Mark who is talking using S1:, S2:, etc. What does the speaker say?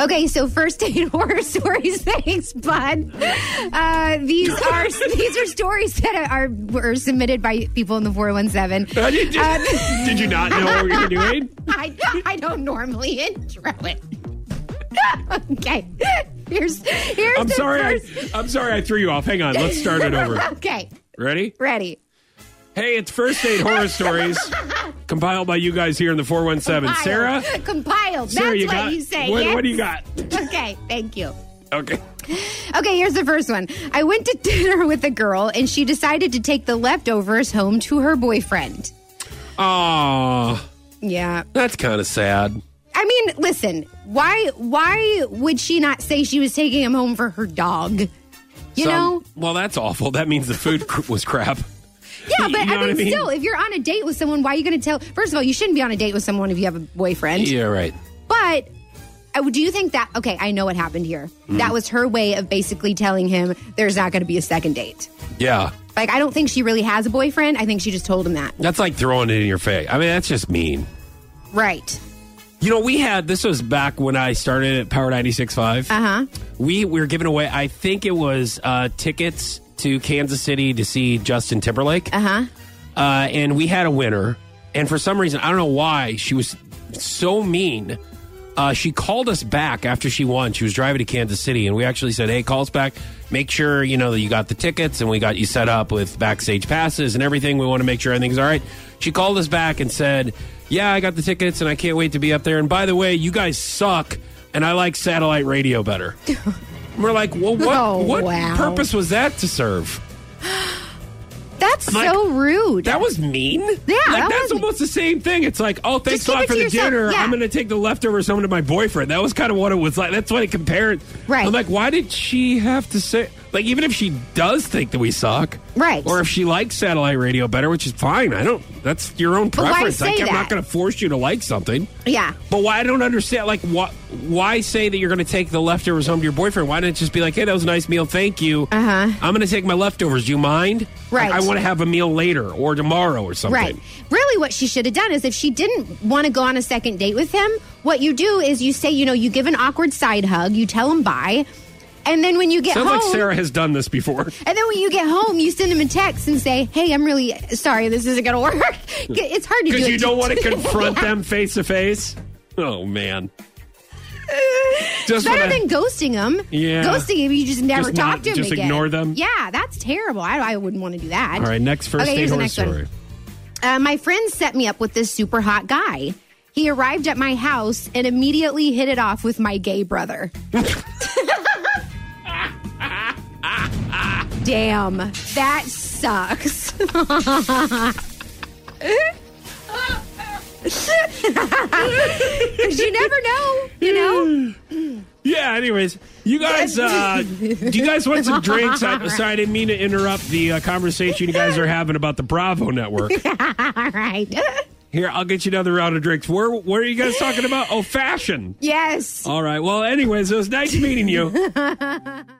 S1: Okay, so first aid horror stories. Thanks, Bud. Uh, these are these are stories that are were submitted by people in the four one seven. Um,
S2: How did, you, did you not know what we were doing?
S1: I I don't normally intro it. okay, here's here's.
S2: I'm
S1: the
S2: sorry. I,
S1: First.
S2: I'm sorry. I threw you off. Hang on. Let's start it over.
S1: Okay,
S2: Ready?
S1: ready.
S2: Hey, it's first aid horror stories compiled by you guys here in the 417.
S1: Compiled.
S2: Sarah,
S1: compiled.
S2: Sarah,
S1: That's
S2: you
S1: what
S2: got
S1: you say.
S2: What,
S1: yes?
S2: what do you got?
S1: Okay, thank you.
S2: Okay.
S1: Okay, here's the first one. I went to dinner with a girl and she decided to take the leftovers home to her boyfriend.
S2: Aw,
S1: Yeah.
S2: that's kind of sad.
S1: I mean, listen, why why would she not say she was taking him home for her dog? You
S2: Some-
S1: know?
S2: Well, that's awful. That means the food cr- was crap.
S1: Yeah,
S2: You
S1: but
S2: know
S1: I
S2: what
S1: mean, still, if you're on a date with someone, why are you going to tell? First of all, you shouldn't be on a date with someone if you have a boyfriend.
S2: Yeah, right.
S1: But uh, do you think that? Okay, I know what happened here. That was her way of basically telling him there's not going to be a second date.
S2: Yeah.
S1: Like, I don't think she really has a boyfriend. I think she just told him that.
S2: That's like throwing it in your face. I mean, that's just mean.
S1: Right.
S2: You know, we had this was back when I started at Power 96.5.
S1: Uh huh.
S2: We, we were giving away, I think it was uh, tickets to Kansas City to see Justin Timberlake.
S1: Uh huh.
S2: uh, and we had a winner. And for some reason, I don't know why, she was so mean. Uh, she called us back after she won. She was driving to Kansas City, and we actually said, "Hey, call us back. Make sure you know that you got the tickets, and we got you set up with backstage passes and everything. We want to make sure everything's all right." She called us back and said, "Yeah, I got the tickets, and I can't wait to be up there. And by the way, you guys suck, and I like satellite radio better." And we're like, "Well, what,
S1: Oh,
S2: what
S1: wow.
S2: purpose was that to serve?"
S1: That's
S2: Like,
S1: so rude.
S2: That was mean. Yeah,
S1: that
S2: that's
S1: was-
S2: almost the same thing. It's like, oh, thanks
S1: Just
S2: a
S1: keep
S2: lot
S1: it
S2: for
S1: to
S2: the
S1: yourself.
S2: dinner.
S1: Yeah.
S2: I'm going to take the leftovers home to my boyfriend. That was kind of what it was like. That's what it compared.
S1: Right.
S2: I'm like, why did she have to say? Like, even if she does think that we suck,
S1: Right.
S2: Or if she likes satellite radio better, which is fine. I don't. That's your own
S1: why
S2: preference.
S1: say
S2: Like, I'm
S1: that?
S2: not going to force you to like something.
S1: yeah.
S2: But why I don't understand, like, why, why say that you're going to take the leftovers home to your boyfriend? Why not just be like, hey, that was a nice meal. Thank you.
S1: Uh-huh.
S2: I'm going to take my leftovers. Do you mind?
S1: Right.
S2: Like, I want to have a meal later or tomorrow or something.
S1: Right. Really, what she should have done is if she didn't want to go on a second date with him, what you do is you say, you know, you give an awkward side hug, you tell him bye, and then when you get
S2: Sounds
S1: home,
S2: like Sarah has done this before.
S1: and then when you get home, you send him a text and say, hey, I'm really sorry, this isn't going to work. it's hard to do
S2: Because
S1: it
S2: you don't want to confront them face to face. Oh, man. Just
S1: Better
S2: wanna-
S1: than ghosting him.
S2: Yeah.
S1: Ghosting him, you just never
S2: Just
S1: talk
S2: not-
S1: to him
S2: just
S1: again.
S2: ignore them?
S1: Yeah, that's terrible. I, I wouldn't want to do that.
S2: All right, next first
S1: okay,
S2: date
S1: here's the
S2: horror
S1: next
S2: story.
S1: One. Uh, my friend set me up with this super hot guy. He arrived at my house and immediately hit it off with my gay brother. Damn, that sucks. Because you never know, you know?
S2: Yeah, anyways, you guys, uh, do you guys want some drinks? I, sorry, I didn't mean to interrupt the uh, conversation you guys are having about the Bravo Network.
S1: All right.
S2: Here, I'll get you another round of drinks. Where, where are you guys talking about? Oh, fashion.
S1: Yes.
S2: All right. Well, anyways, it was nice meeting you.